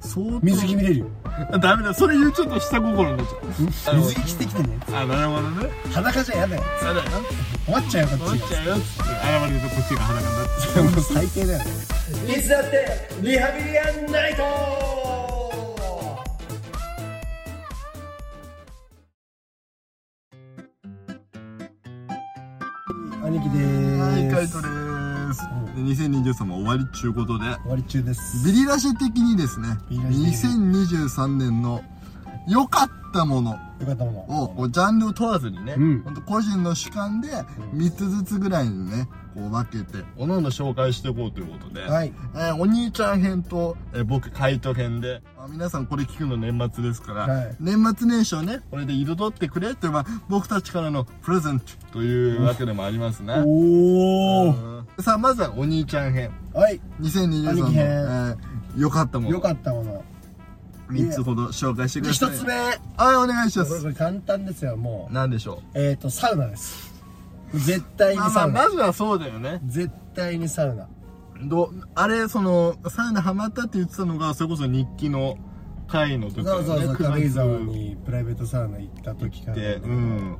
相当水着見れるよあダメだそれ言うちょっと下心になっちゃう水着着てきてねあなるほどね裸じゃやだよそうだよ終わっちゃうよこっ思っちゃうよっつって謝るとこっちが裸になっちゃうちもう最低だよねいつだってリハビリアンナイト兄貴でーす、はい、カイトでーす。で2023も終わりっちゅうことで、終わり中ですビリラシ的にですね、ビリラシ的2023年の良かったものよかったものを、こうジャンルを問わずにね、うんほんと個人の主観で3つずつぐらいにね、こう分けて、おのの紹介していこうということで、はいえーお兄ちゃん編と、えー僕、カイト編で、まあ皆さんこれ聞くの年末ですから、はい年末年始をね、これで彩ってくれっていう、まあ、僕たちからのプレゼントというわけでもありますね。おうーんさあ、まずはお兄ちゃん編。はい2023兄の、貴え編ー良かったもの。よかったもの3つほど紹介してください。一つ目はい、お願いしまこれこす。れ簡単ですよも何でしょうえっ、ー、とサウナです絶対う。にまあまサあ、ウナまずはそうだよね。絶対にサウナど、あれ、その、サウナハマったって言ってたのが、それこそ日記の回の時そだうよね。そうそう9軽井月沢にプライベートサウナ行った時から。で、うん。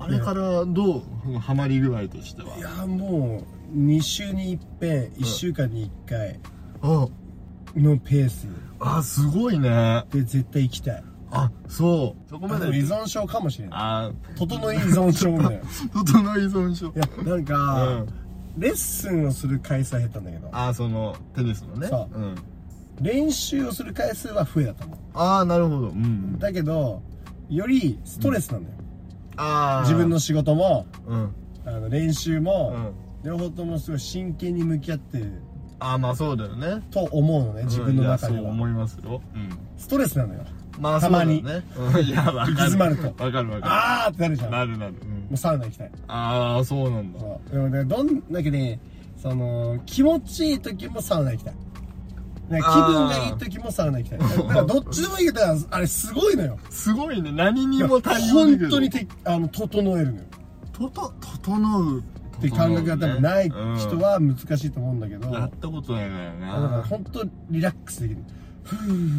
あれからどうハマり具合としてはいやもう2週に一遍1週間に1回あ、のペースあ、すごいね。で絶対行きたいあ、そう。そこまででも。依存症かもしれないあ、整い依存症みたい ない整の依存症。やなんか、うんレッスンをする回数は減ったんだけどあ、その、テニスのね。。そうん練習をする回数は増えたと思ああ、なるほど。うんう。だけどよりストレスなんだよ、ああ。自分の。仕事もうん。あの練習うも、ん。両方ともすごい真剣に向き合ってるああ、まあそうだよね。と思うのね自分の中でうんいやそうは、思いますよ、ストレスなのよまあたまにそうだよね、うんいやわかる行き詰まるとわかるわかあーってなるじゃるんなもるなる、うんうサウナ行きたいああそうなんだそうでもねどんだけねその気持ちいい時もサウナ行きたいね気分がいい時もサウナ行きたいだからどっちでもいいけどあれすごいのよすごいね何にも対応でき本る当にてあの整えるのよとと整うって感覚が多分ない人うんは難しいと思うんだけど、やったことないからねだから本当リラックスできるふー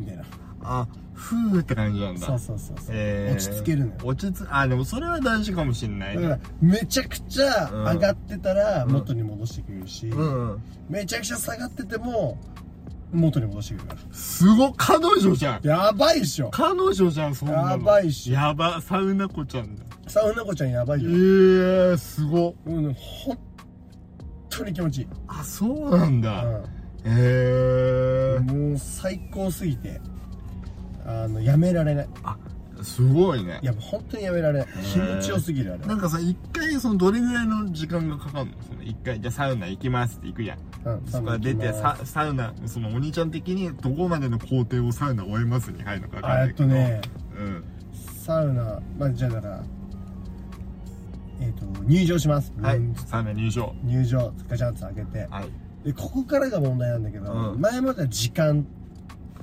みたいなあふーって感じなんだそうそうそうそう、えー落ち着けるのよ落ち着あでもそれは大事かもしれないだからめちゃくちゃ上がってたらん元に戻してくれるし、うんうんめちゃくちゃ下がってても元に戻してくれるかすごっ彼女じゃんらやばいっしょ彼女じゃんそんなのやばいしやばサウナ子ちゃんだサウナ子ちゃんやばいええよ、ー、すごっうん、本当に気持ちいい、あそうなんだ、うへえん、もう最高すぎてあのやめられないすごいねいや本当にやめられない気持ちよすぎるあれなんかさ一回そのどれぐらいの時間がかかるのその一回じゃあサウナ行きますって行くやんうんそこから出てササウナそのお兄ちゃん的にどこまでの工程をサウナ終えますに入るのかわかんあなえいっけとどねうんサウナまあじゃあだからえっ、と入場しますはいうんサウナ入場入場ガチャンと開けてはいでここからが問題なんだけど、うん前までは時間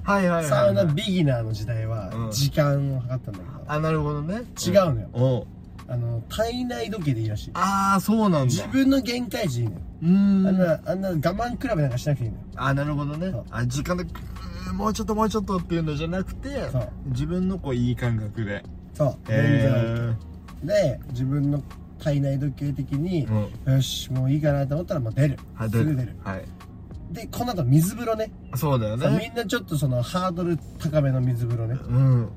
はいはいはいはいサウナビギナーの時代はうん時間を測ったんだけど、あなるほどね違うのよ、おうあの体内時計でいいらしいああそうなんだ自分の限界値でいいのよ、うーあんんなあんな我慢比べなんかしなくていいのよあなるほどねそうあ時間でうーもうちょっともうちょっとっていうのじゃなくてそう自分のこういい感覚でそう、え全然 OK で自分の体内時計的にえ、うんよしもういいかなと思ったらもう出る、はいすぐ出るはいでこの後水風呂ねそうだよさねみんなちょっとそのハードル高めの水風呂ね、うんうん、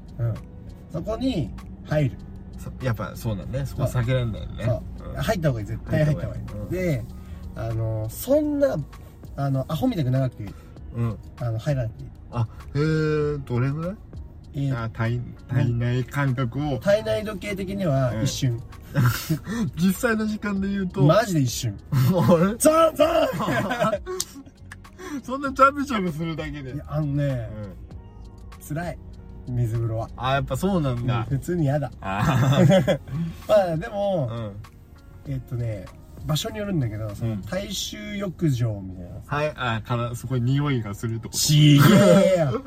そこに入るそやっぱそうだねそこは避けられないよねそう、入った方がいい絶対入った方がいい、うんであのそんなあのアホみたく長くうん、うん、あの入らなくてあへえー、どれぐらいいい、えーあ体体内感覚を体内時計的にはうん一瞬、実際の時間で言うと、マジで一瞬あれザンザンそんなチャブチャブするだけで、いうやあのね、ん、辛い水風呂はあやっぱそうなんだ、普通に嫌だあまあでも、あうんえっとね場所によるんだけど、そのうん大衆浴場みたいな。はい、あ、から、すごい匂いがするってこと。ちげえよ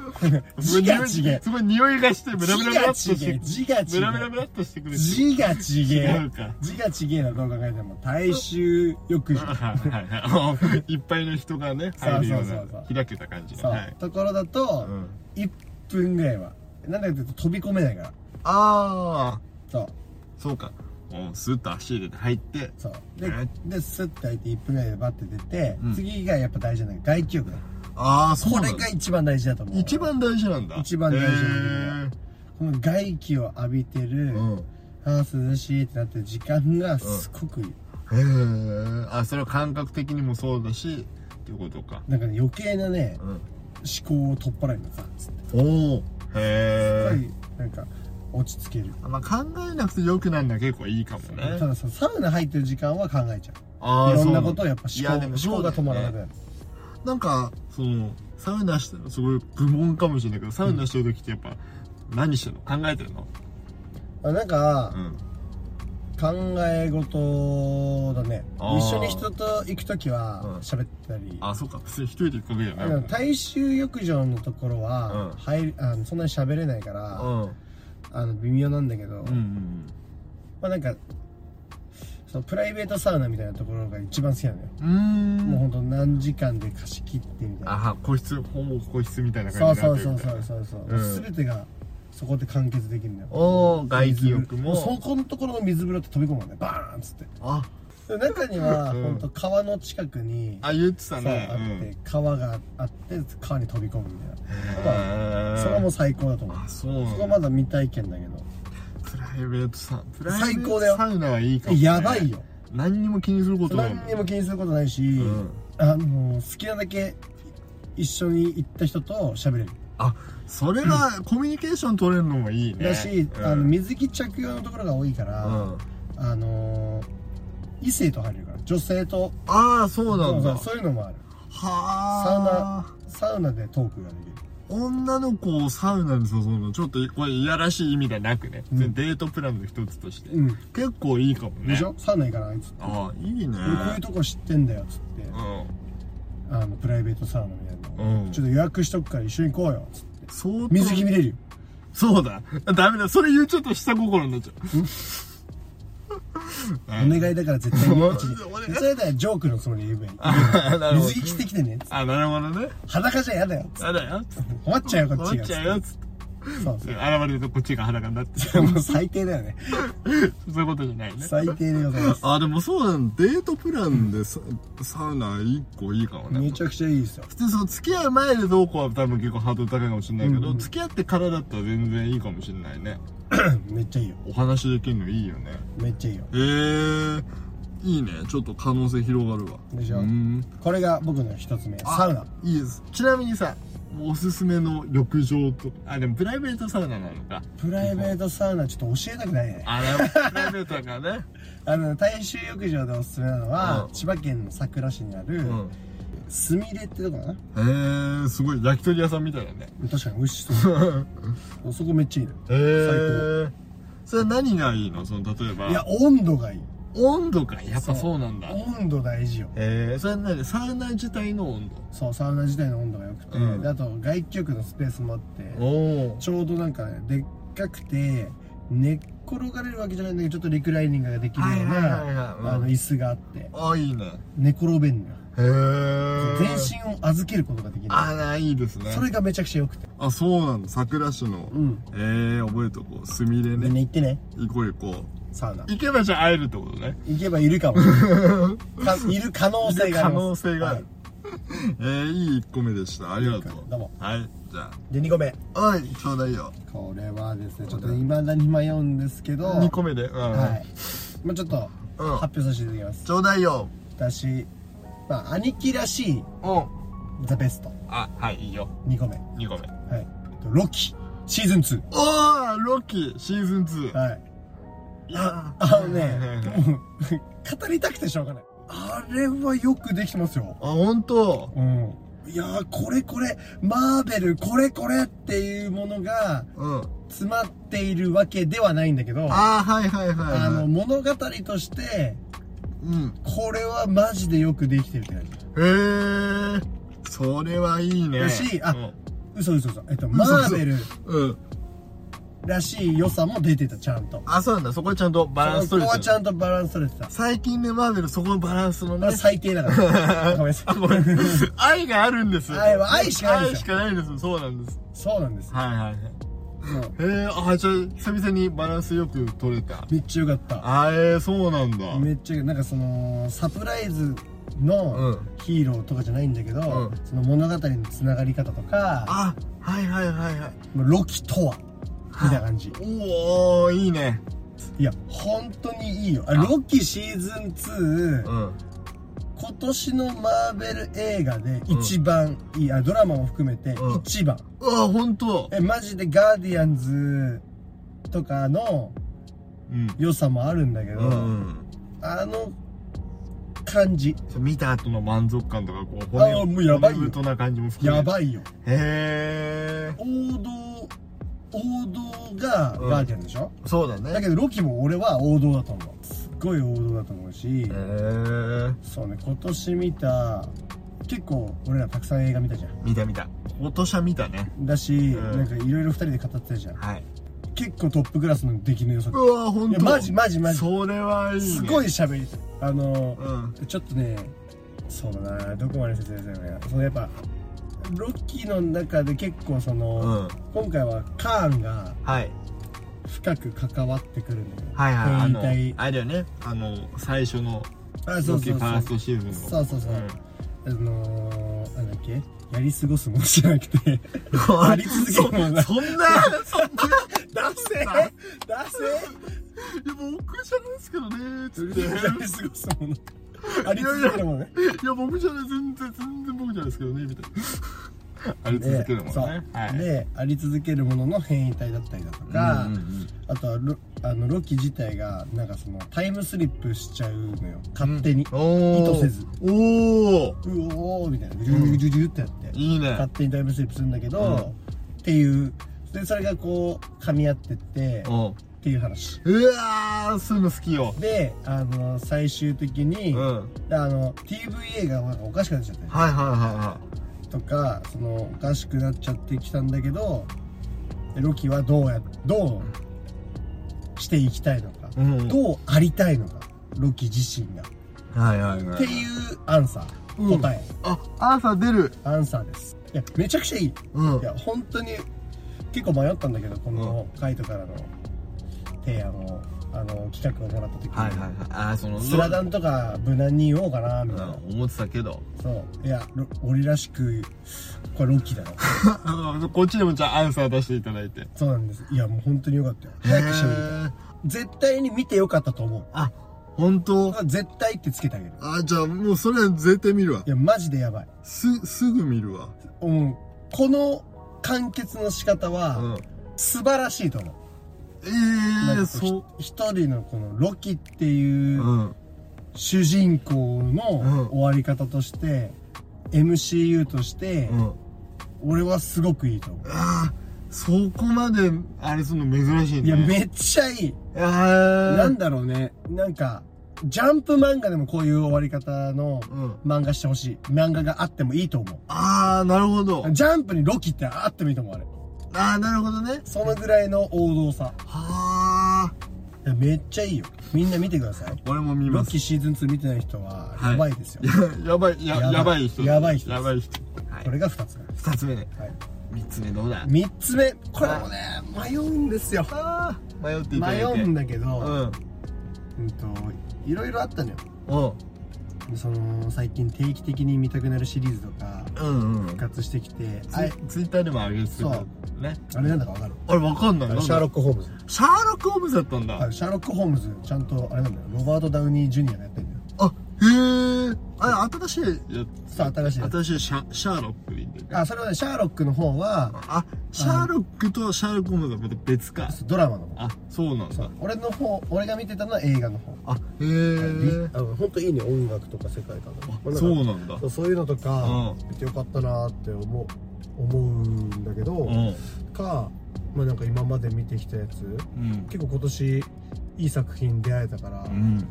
字がちげえすごい匂いがして、ブラブラブラっとしてくる。字がちげえ字がちげブラえブラブラっとしてくる。字がちげ違えうか字がちげえなどう考えても大衆浴場はいはいはい。いっぱいの人がね、そうそうそう入るようなそう、開けた感じの。そう、はい。ところだと、うん1分ぐらいはなんだかというと飛び込めないからああ、そうそうか。もう、スッと足入れて入って、そうでねでスッと開いて1分ぐらいでバッて出て、うん次がやっぱ大事なのが外気浴だああ、そうこなれんだが。一番大事だと思う一番大事なんだ。一番大事なへんだこの外気を浴びてる、ーうん。あー涼しいってなってる時間がすごくいい、へえあそれは感覚的にもそうだしっていうことかなんかね余計なねうん思考を取っ払いのさつっておおやっぱへえりなんか落ち着ける、まあ、考えなくてよくなるのは結構いいかもねたださサウナ入ってる時間は考えちゃあうーいろそんうなだことをやっぱい思や考でも思考が止まらなくなるなんかそのサウナしてるのすごい愚問かもしれないけどサウナしてる時ってやっぱ、何してるの考えてるのあなんかうん考え事だねあー一緒に人と行く時はうん喋ったり、あそうか普通に一人で行くわけじゃないでももんね大衆浴場のところうはん入るあのそんなに喋れないから、うんあの微妙なんだけど、うんうんまあなんかそのプライベートサウナみたいなところが一番好きなのよ、うんうーんもうほんと何時間で貸し切ってみたいあなは個室ほぼ個室みたいなそ感うじにそなっうてそるみたいなうそうそうそう、うん全てがそこで完結できるんだよおお外気浴も水風呂そこのところの水風呂って飛び込むんだよバーンっつってあで中にはうんほんと川の近くに、あ言ってたそうねあって川があって川に飛び込むみたいなことはへーそれはもう最高だと思うあそうなんだそこはまだ未体験だけどプライベートサウナ最高だよサウナはいいかも、やばいよよ何にも気にすることない何にも気にすることないし、んあの好きなだけ一緒に行った人と喋れるあそれがコミュニケーション取れるのもいいねだし、うん、あの水着着用のところが多いから、うんあの異性と入れるから女性とああそうなんだそうそうそういうのもあるサウはあナサウナでトークができる女の子をサウナに誘うのちょっとこれいやらしい意味ではなくね、うんデートプランの一つとして、うん結構いいかもねでしょサウナ行かないっつって、ああいいね俺こういうとこ知ってんだよっつって、あのプライベートサウナみたいなの、うんちょっと予約しとくから一緒に行こうよつってうん相当水着見れるよそうだダメだそれ言うちょっと下心になっちゃおう願いだから絶対に おうちに願いそれだよジョークのつもりで言えばいいあなるほど水着着てきてねあなるほどね裸じゃ嫌だよあだよ困っちゃうよこっち困がっちゃうよっつってそう現れるとこっちが裸になってそそううもう最低だよねいうことじゃないね最低でございますあでもそうなのデートプランでサ,、サウナ一個いいかもねめちゃくちゃいいですよ 普通その付き合う前でどうこうは多分結構ハードル高いかもしれないけど、うん付き合ってからだったら全然いいかもしれないねめっちゃいいよお話できるのいいよねめっちゃいいよへえー、いいねちょっと可能性広がるわでしょうんこれが僕の一つ目サウナいいですちなみにさおすすめの浴場とあでもプライベートサウナなのかプライベートサウナちょっと教えたくないねあでもプライベートだからねあの大衆浴場でおすすめなのは、うん千葉県の佐倉市にあるうんすみれってとこかなへえー、すごい焼き鳥屋さんみたい だね確かに美味しそうそこめっちゃいいのへえー、それは何がいいのその例えばいや温度がいい温度かやっぱそうなんだへ温度大事よえー、それは何サウナ自体の温そうサウナ自体の温度が良くて、うんであと外気浴のスペースもあって度おちょうどなんかねでっかくて寝っ転がれるわけじゃないんだけどちょっとリクライニングができるようはいはいはいなはいうんあの椅子があってあいいね寝転べんのよへえ全身を預けることができるあらいいですねそれがめちゃくちゃ良くてあそうなんだ桜市の、うんええー、覚えとこうすみれみんねな行ってね行こう行こうサウナ行けばじゃあ会えるってことね行けばいる かもかいる可能性があ可ります能性がある、 えー、いい1個目でしたありがといういかどうもはいじゃで2個目あおいちょうだいよこれはですねちょっといまだに迷うんですけど2個目でうん、はいまあちょっとうん発表させていただきますちょうだいよ私、まあ、兄貴らしいうんザ・ベストあはいいいよ2個目2個目はいロキシーズン2おーロッキーシーズン2はいいやあのね もう語りたくてしょうがないあれはよくできてますよ あ本当うんいやーこれこれマーベルこれこれっていうものがうん詰まっているわけではないんだけどあああはいはいはいはいの物語としてうんこれはマジでよくできてるって感じへえそれはいいねだしあうん嘘嘘嘘えっとマ嘘ーベルうんらしい良さも出てたちゃんとあそうなんだそこはちゃんとバランスそ取これてはるちゃんとバランス取れてた最近ねマーベルそこのバランスのまあね最低だから ごめんなさいこ れ愛があるんです愛は愛しかないん愛でしすかないんですそうなんですそうなんですよはいはいはいもうへえあじゃあ久々にバランスよく取れためっちゃよかったあえー、そうなんだめっちゃよかったなんかそのサプライズうのんヒーローとかじゃないんだけど、うんその物語のつながり方とかあはいはいはいはいもうロキとはみたいな感じおおいいねいや本当にいいよあロキシーズン2、うん今年のマーベル映画で一番いい、あドラマも含めてうん一番、うわ本当えマジでガーディアンズとかのうん良さもあるんだけど、うんあの感じそう見た後の満足感とかこうあ骨もうやばいよ骨太な感じも含めやいばいよへえ王道王道がガーディアンでしょ、そうだねだけどロキも俺は王道だと思うすっごい王道だと思うし、へえそうね今年見た結構俺らたくさん映画見たじゃん見た見た今年は見たねだし、んなんかいろいろ二人で語ってたじゃんはい結構トップクラスの出来の良さうわい本や当マジマジマジそれはいいねすごい喋りたいあのうんちょっとねそうだなどこまで説明するのかなそのやっぱロッキーの中で結構その、今回はカーンがはい深く関わってくるんだよはいはいあの変態あれだよねあの最初のあそロうキフそうそァーうストシーズンのそうそうそう、あのー、なんだっけやり過ごすもんじゃなくてうんやり続けるもんなそそんなそんなダセーダセいや、僕じゃないですけどね、つって。ーやり過ごすものあり続けるもんねいや、僕じゃない、全然、全然僕じゃないですけどね、みたいな。あり続けるもんね。で,、はい。であり続けるものの変異体だったりだとか、うんうんうんあとはロあのロキ自体がなんかそのタイムスリップしちゃうのよ勝手に、おー意図せず。おーうおーみたいなジュジュジュジュってやって、いいね勝。手にタイムスリップするんだけど、うんっていうでそれがこう噛み合ってって、うっん。うていう話わー、そういうの好きよ。であの最終的に、うん。はいあの TVA がなんかおかしくなっちゃったりはいはとかそのおかしくなっちゃってきたんだけどロキはどうやどうしていきたいのか、いはい。うん。どうありたいのかロキ自身が、はいはいはっい。ていうアンサー、うん答えあ、朝出る。アンサーですいやめちゃくちゃいい、うん。いや本当に結構迷ったんだけどこのカイトからの提案をあの企画をもらった時に、はいはいはい。あー、その、スラダンとか無難に言おうかなみうたいんな、思ってたけ ど。そういやロ俺らしくこれロキだなこっちでもじゃあアンサー出していただいて。そうなんですいやもう本当によかったよ早くしゃべりへたいー絶対に見てよかったと思うあ、本当僕は絶対ってつけてあげるあ、じゃあもうそれは絶対見るわい。やマジでやばいす、すぐ見るわ。うん、この完結の仕方うんは。素晴らしいと思う。えなんえー、かこうそう。。ひ一人のこのロキっていううん主人公うんの終わり方として、MCU として、うん。俺はすごくいいと思う。ああ、そこまで、あれするの珍しいね。いや、めっちゃいい。あーなんだろうね。なんか、ジャンプ漫画でもこういう終わり方のうん。漫画してほしい。漫画があってもいいと思ああ、なるほど。う。ジャンプにロキってあってもいいと思う、あれ。ああ、なるほどね。そのぐらいの王道さ。はあ。いやめっちゃいいよ。みんな見てください。俺も見ロまッすキ。ーシーズン2見てない人は、はいやばいで すよ。やばい、や、やばいやばい人。やばい人やばい人。はこい。れが2つ目。は二つ目ね。い。三つ目どうだ3つ目。これもね、迷うんですよ。ああ、迷っていただい迷て。うんだけうど、ん。うんと、いろいろあったのよ。うん。その、最近定期的に見たくなるシリーズとか、うんうん復。活してきて、あツれ、イツイッターでも上げてそうたね。あれなんだかわかるあれ、わかんない。あなんのだシャーロック・ホームズ。シャーロック・ホームズだったんだ。はいシャーロック・ホームズ、ちゃんと、あれなんだよ。ロバート・ダウニー・ジュニアがやってんだよ。あ、へえ。あれ、新しいやつ。そう、新しいやつ。新しいシャシャーロックでいいんだよね。あ、それはね、シャーロックの方は、あ、シャーロックとシャーロック・ホームズはまた別か。ドラマの方。あ、そうなんそだう。俺の方俺が見てたのは映画の方あ、へえ。あの本当いいね音楽とか世界観とかあそうなんだそ。うそういうのとかう見てよかったなって思う思うんだけど、うん。かまあなんか今まで見てきたやつうん。結構今年いい作品出会えたから、うん。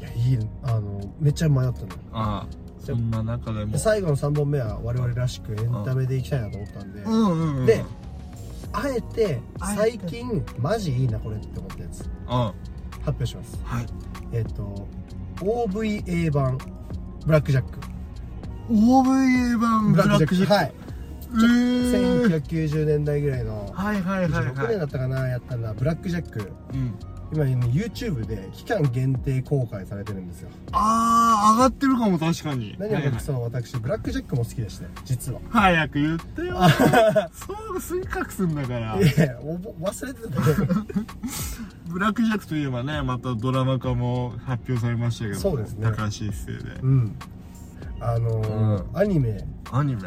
いやいいいあのめっちゃ迷ったのああそんな中でもで最後の3本目は我々らしくエンタメでいきたいなと思ったんで、うんうんうんであえてあえて最近マジいいなこれって思ったやうつんは発表しますいえっ、と OVA 版ブラックジャック OVA 版ブラックジャックはいえー1990年代ぐらいのはいはいはい96は年いだったかなやったんだブラックジャックうん今 YouTube で期間限定公開されてるんですよああ上がってるかも確かに何を隠はいそう私ブラックジャックも好きでしたね実は早く言ってよそうすぐ隠すんだからいやいやおぼ忘れてたねブラックジャックといえばねまたドラマ化も発表されましたけどそうですね高橋一生でうんあのーアニメアニメ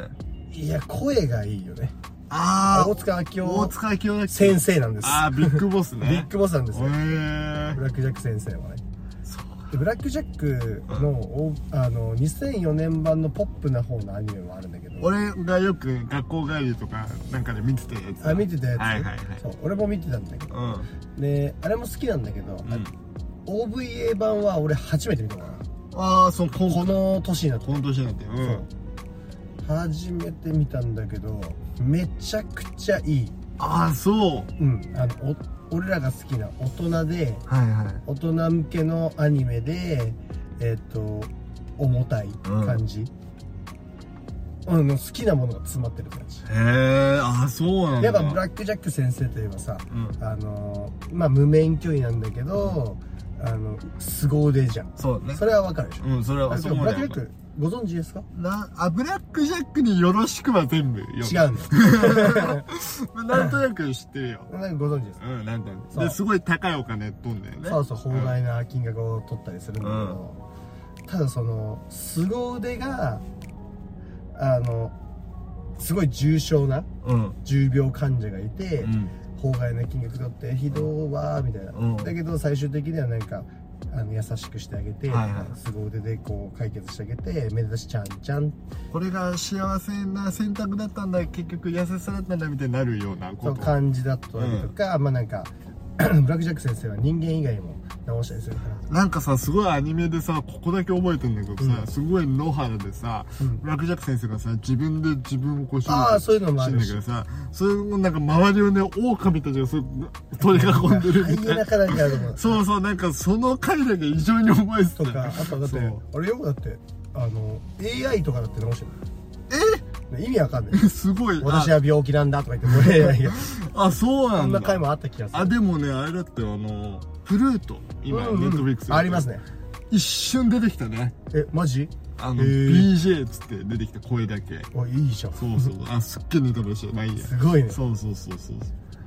いや声がいいよねあ大塚明大夫塚清明先生なんですああビッグボスね ビッグボスなんですよへえブラック・ジャック先生はねそうでブラック・ジャックの,お、あの2004年版のポップな方のアニメもあるんだけど俺がよく学校帰りとかなんかで見てたやつあ見てたやつ、はいはいはいそう俺も見てたんだけどうんであれも好きなんだけど、あうん OVA 版は俺初めて見たかなああその今この年になって今年なんてうんそう初めて見たんだけどめちゃくちゃいい、ああそううん、あのお俺らが好きな大人ではいはい大人向けのアニメでえっ、と重たい感じ、あの好きなものが詰まってる感じへえああそうなんだやっぱブラック・ジャック先生といえばさうんあのまあ無免許医なんだけど、あの凄腕じゃんそうねそれはわかるでしょ、うんそれはあでそうもだブよラック・ジャックご存知ですかなあブラックブラックジャックによろしくは全部よ違うんですう なんとなく知ってるよなんかご存知ですか、うんなんとなくそうですごい高いお金取んだよねそうそう法外な金額を取ったりするんだけど、ただその凄腕があのすごい重症なうん重病患者がいて、うん法外な金額取ってひどいわーみたいな、うんだけど最終的にはなんかあの優しくしてあげて、はいはい凄腕でこう解決してあげてめでたしちゃんちゃんこれが幸せな選択だったんだ結局優しさだったんだみたいになるようなこのとはい感じだったりとか、まあなんか ブラック・ジャック先生は人間以外も直したりするからなんかさすごいアニメでさここだけ覚えてんだけどさ、うんすごい野原でさ、うんブラック・ジャック先生がさ自分で自分をこう死んああそういうのもあんるだしけどさそれもなんか周りをね狼たちがそう取り囲んでるハみイたエいなナかなんかあると思うそうそうなんかその回だけ異常に覚えてたとか、あとだってそう、あれよくだって、あの、AI とかだって直してる。え意味わかんない。すごい私は病気なんだとか言って、もう AI が。 ああそうなそんんだな回もあった気がする。あでもねあれだってあのフルート今、うんうんネットフリックスありますね。一瞬出てきたねえ、マジあのへー BJ っつって出てきた声だけおいいじゃん。そうそうあすっげえ似たらしいまあいいやすごいね。そうそうそうそう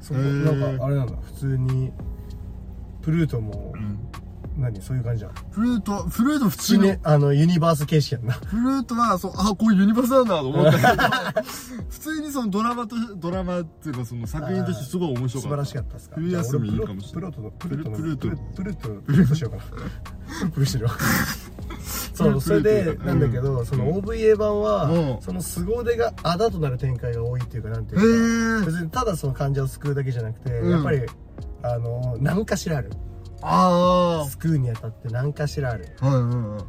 そへこーなんか、あれなんだ、普通に、プルートも、何そういう感じじゃん。フルートフルート普普通通にに、あの、ユニバース形式やんな。フルートはそうあこういうユニバースなんだと思った けど普通にそのドラマとドラマっていうかその作品としてすごい面白か素った晴らしかったっすか。冬休みいいかもしれないじゃあ俺プロプルートの、ププルートの、プルート、プルートしようかな。プルプルして るわ。そう、それで、なんだけど、その OVA 版うはん、その凄腕があだとなる展開が多いっていうか、なんてへいうか、え別にただその患者を救うだけじゃなくて、うんやっぱり、あの、何かしらある。あ救うにあたって何かしらある。あはいはいはい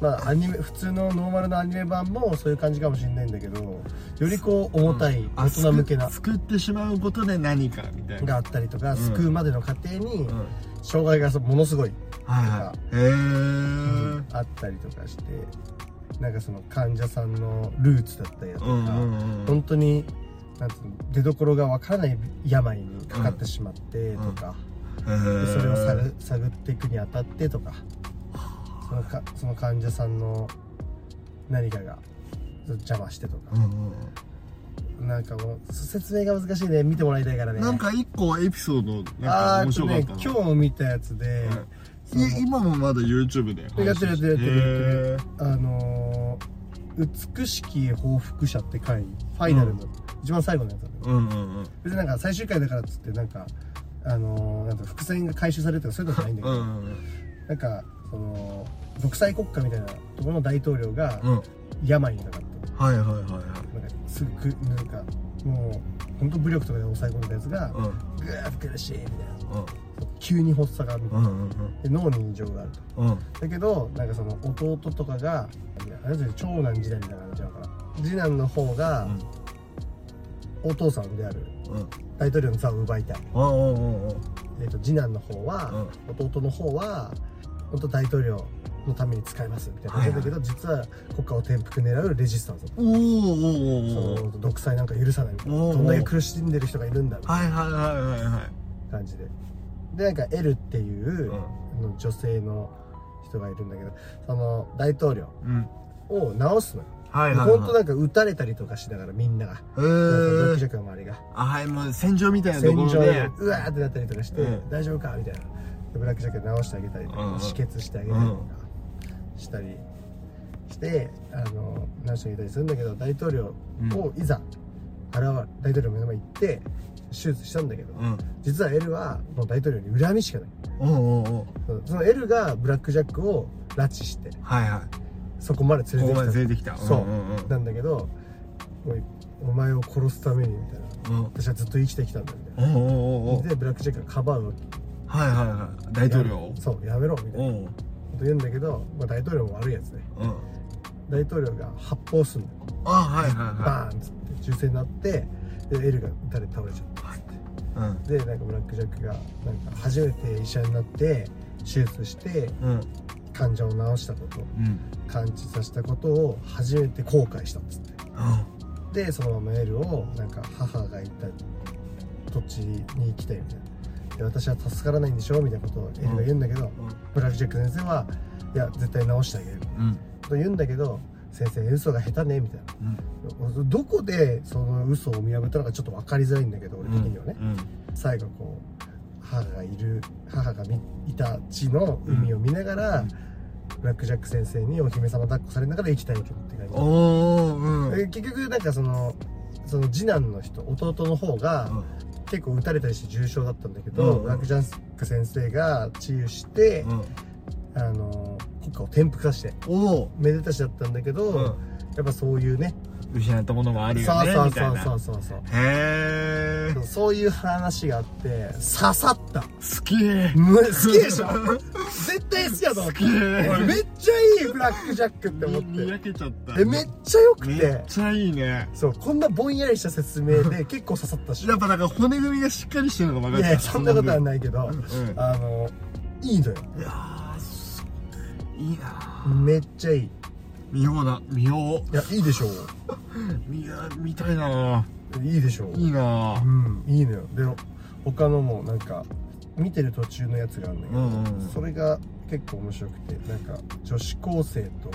まあ、アニメ、普通のノーマルのアニメ版もそういう感じかもしれないんだけど、よりこう、重たい、あ大人向けな、救救ってしまうことで何かみたいながあったりとか、ん救うまでの過程にうん、障害がそうものすごいはいはいへえあったりとかしてなんかその患者さんのルーツだったりだとか、うんうんうん本当になんていうの出どころがわからない病にかかってしまってとか、でそれを探探っていくにあたってとかそのかその患者さんの何かが邪魔してとかう、んうんうんなんかもう説明が難しいね見てもらいたいからねなんか一個エピソードあなんか面ーあと白かねったの今日見たやつで、んそのい今もまだ YouTube でやってるやってるやってるへーあのー美しき報復者って回ファイナルの、一番最後のやつだねうんうんうん別になんか最終回だからっつってなんかあのーなんか伏線が回収されるとかそういうのじゃないんだけうど、んうんなんかその独裁国家みたいなところの大統領がうん病にかかっはいはいはいはいたなんかすぐくなんかもう本当武力とかで抑え込んだやつがうんグーって苦しいみたいなう急に発作があるみたいんな、うんで脳に異常があるとうんうんだけどなんかその弟とかがいやあれですよ長男次男みたいな感じなのかな次男の方が、お父さんであるうん大統領の座を奪いたい、うんうんうんうんえっと次男の方は、弟の方は本当大統領のために使いますみたいな感じだけど、実は国家を転覆狙うレジスタンスだおーおーおーおーその独裁なんか許さないみたいなおーどんだけ苦しんでる人がいるんだみたはいいはいはいはいはいな感じででなんかエルっていう、うんあの女性の人がいるんだけどその大統領うんを直すのよはいはい本はい当なんか撃たれたりとかしながらみんなえがなんかドーキドキの周りがあはいもう戦場みたいなと戦ころ場ででうわーってなったりとかして、うん大丈夫かみたいなでブラックジャケット直してあげたりとか、うんうん止血してあげたりとかしたりして、あの直してあげたりするんだけど大統領をいざ現れ大統領の目の前に行って手術したんだけど、うん実はエルはもう大統領に恨みしかないおーおーおーそのそのエルがブラックジャックを拉致してはいはいそこまで連これこてまできた連れてきたそうんうんなんだけどおいお前を殺すためにみたいなうん私はずっと生きてきたんだみたいおなーおーおーおーでブラック・ジャックがかばうわはいはいはい大統領をそうやめろみたいなおこーと言うんだけど、まあ、大統領も悪いやつねうん大統領が発砲するのあはいはバーンっつって銃声になってでエルが撃たれて倒れちゃったいはいでなんかブラック・ジャックがなんか初めて医者になって手術してうんうん患者を治したことうん完治させたことを初めて後悔したっつってでそのままエルをなんか母がいた土地に行きたいみたいなで私は助からないんでしょみたいなことをエルが言うんだけど、ブラック・ジャック先生はいや絶対直してあげるうんと言うんだけど先生嘘が下手ねみたいうんなどこでその嘘を見破ったのかちょっと分かりづらいんだけど俺的にはね、うん最後こう母がいる母が見いた地の海を見ながら、うんブラック・ジャック先生にお姫様抱っこされながら生きたいって感じおおうんで結局なんかそのその次男の人弟の方が結構撃たれたりして重傷だったんだけど、うんうんブラック・ジャック先生が治癒して、うんあの国家を転覆させておおめでたしだったんだけど、やっぱそういうね失ったものがあるそようねそうみたいうそなそうそうそうへえそういう話があって刺さった好きーむ好きでしょ絶対好きやと思って好き俺めっちゃいいブラック・ジャックって思っにやてけちゃったえめっちゃ良くめてっちゃいいねそうこんなぼんやりした説明で結構刺さったしいやっぱなんか骨組みがしっかりしてるのが分かやるそんなことはないけど、うんあのいいのよいやーすいいなめっちゃいいい見ような見よやいいでしょうう見や見たいないいでしょういいなうんいいのよで他のもなんか見てる途中のやつがあるんだけど、うんうんうんそれが結構面白くてなんか女子高生と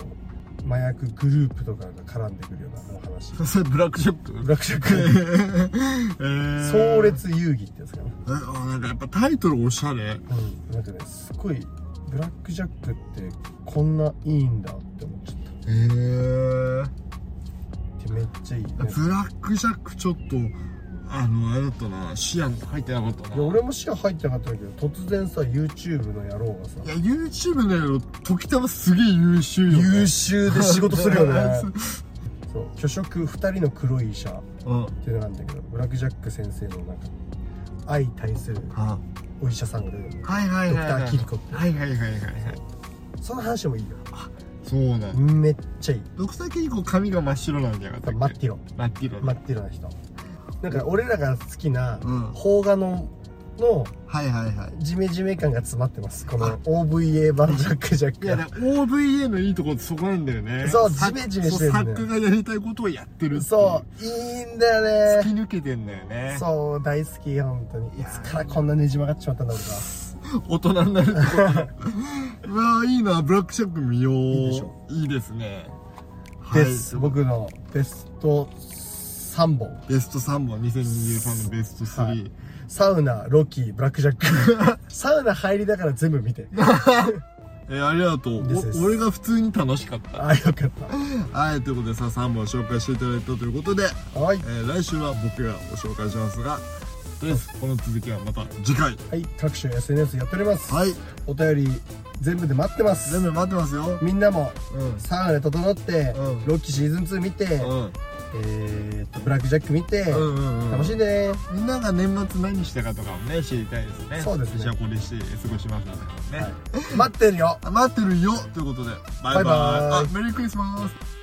麻薬グループとかが絡んでくるようなお話それブラックショッ プブラックジャックえー壮烈遊戯ってやつかな、えあなんかやっぱタイトルおしゃれうん、なんかねすごいブラックジャックってこんないいんだって思っちゃっへえたでめっちゃいい、ね、ブラックジャックちょっとあのあれだったな視野に入ってなかったないや俺も視野入ってなかったんだけど突然さ YouTube の野郎がさいや YouTube のやろ時たますげえ優秀よ、ね、秀で仕事するよね そうそう巨食2人の黒い医者うんっていうのがあるんだけどブラック・ジャック先生のなんか愛に対するあお医者さんが出てくるはいはいドクはいタはいー・キリコってはいはいはいはいはいその話もいいよそうなんだめっちゃいいドクターキリコ髪が真っ白なんじゃなかったっけマッティロ真っ黄色マッティロな人なんか俺らが好きなうん邦画ののはいはいはいジメジメ感が詰まってますこの OVA 版ジャック・ジャッいクやがだから OVA のいいとこってそこなんだよねそうさジメジメしてるんだそよう作家がやりたいことをやってるっていうそういいんだよ突きね抜けてんだよねそう大好き本当にいつからこんなねじ曲がっちまったんだろうか大人になるってこと うわあいいなブラックシャック見よういいでしょいいですねです、はい僕のベスト3本ベスト3本2023のベスト3、はいサウナロキブラックジャック サウナ入りだから全部見てえーありがとうですですお俺が普通に楽しかったあよかったはいということでさ3本紹介していただいたということで、はいえー来週は僕がご紹介しますがとりあえずこの続きはまた次回はい各種 SNS やっております、はいお便り全部で待ってます全部待ってますよみんなもうんサウナ整って、うんロッキーシーズン2見て、うんえー、っとブラックジャック見て、うんうんうん楽しんでねみんなが年末何したかとかもね知りたいですねそうですねじゃあこれして過ごしましょうね、待ってるよ待ってるよということでバイバイバイバイあメリークリスマス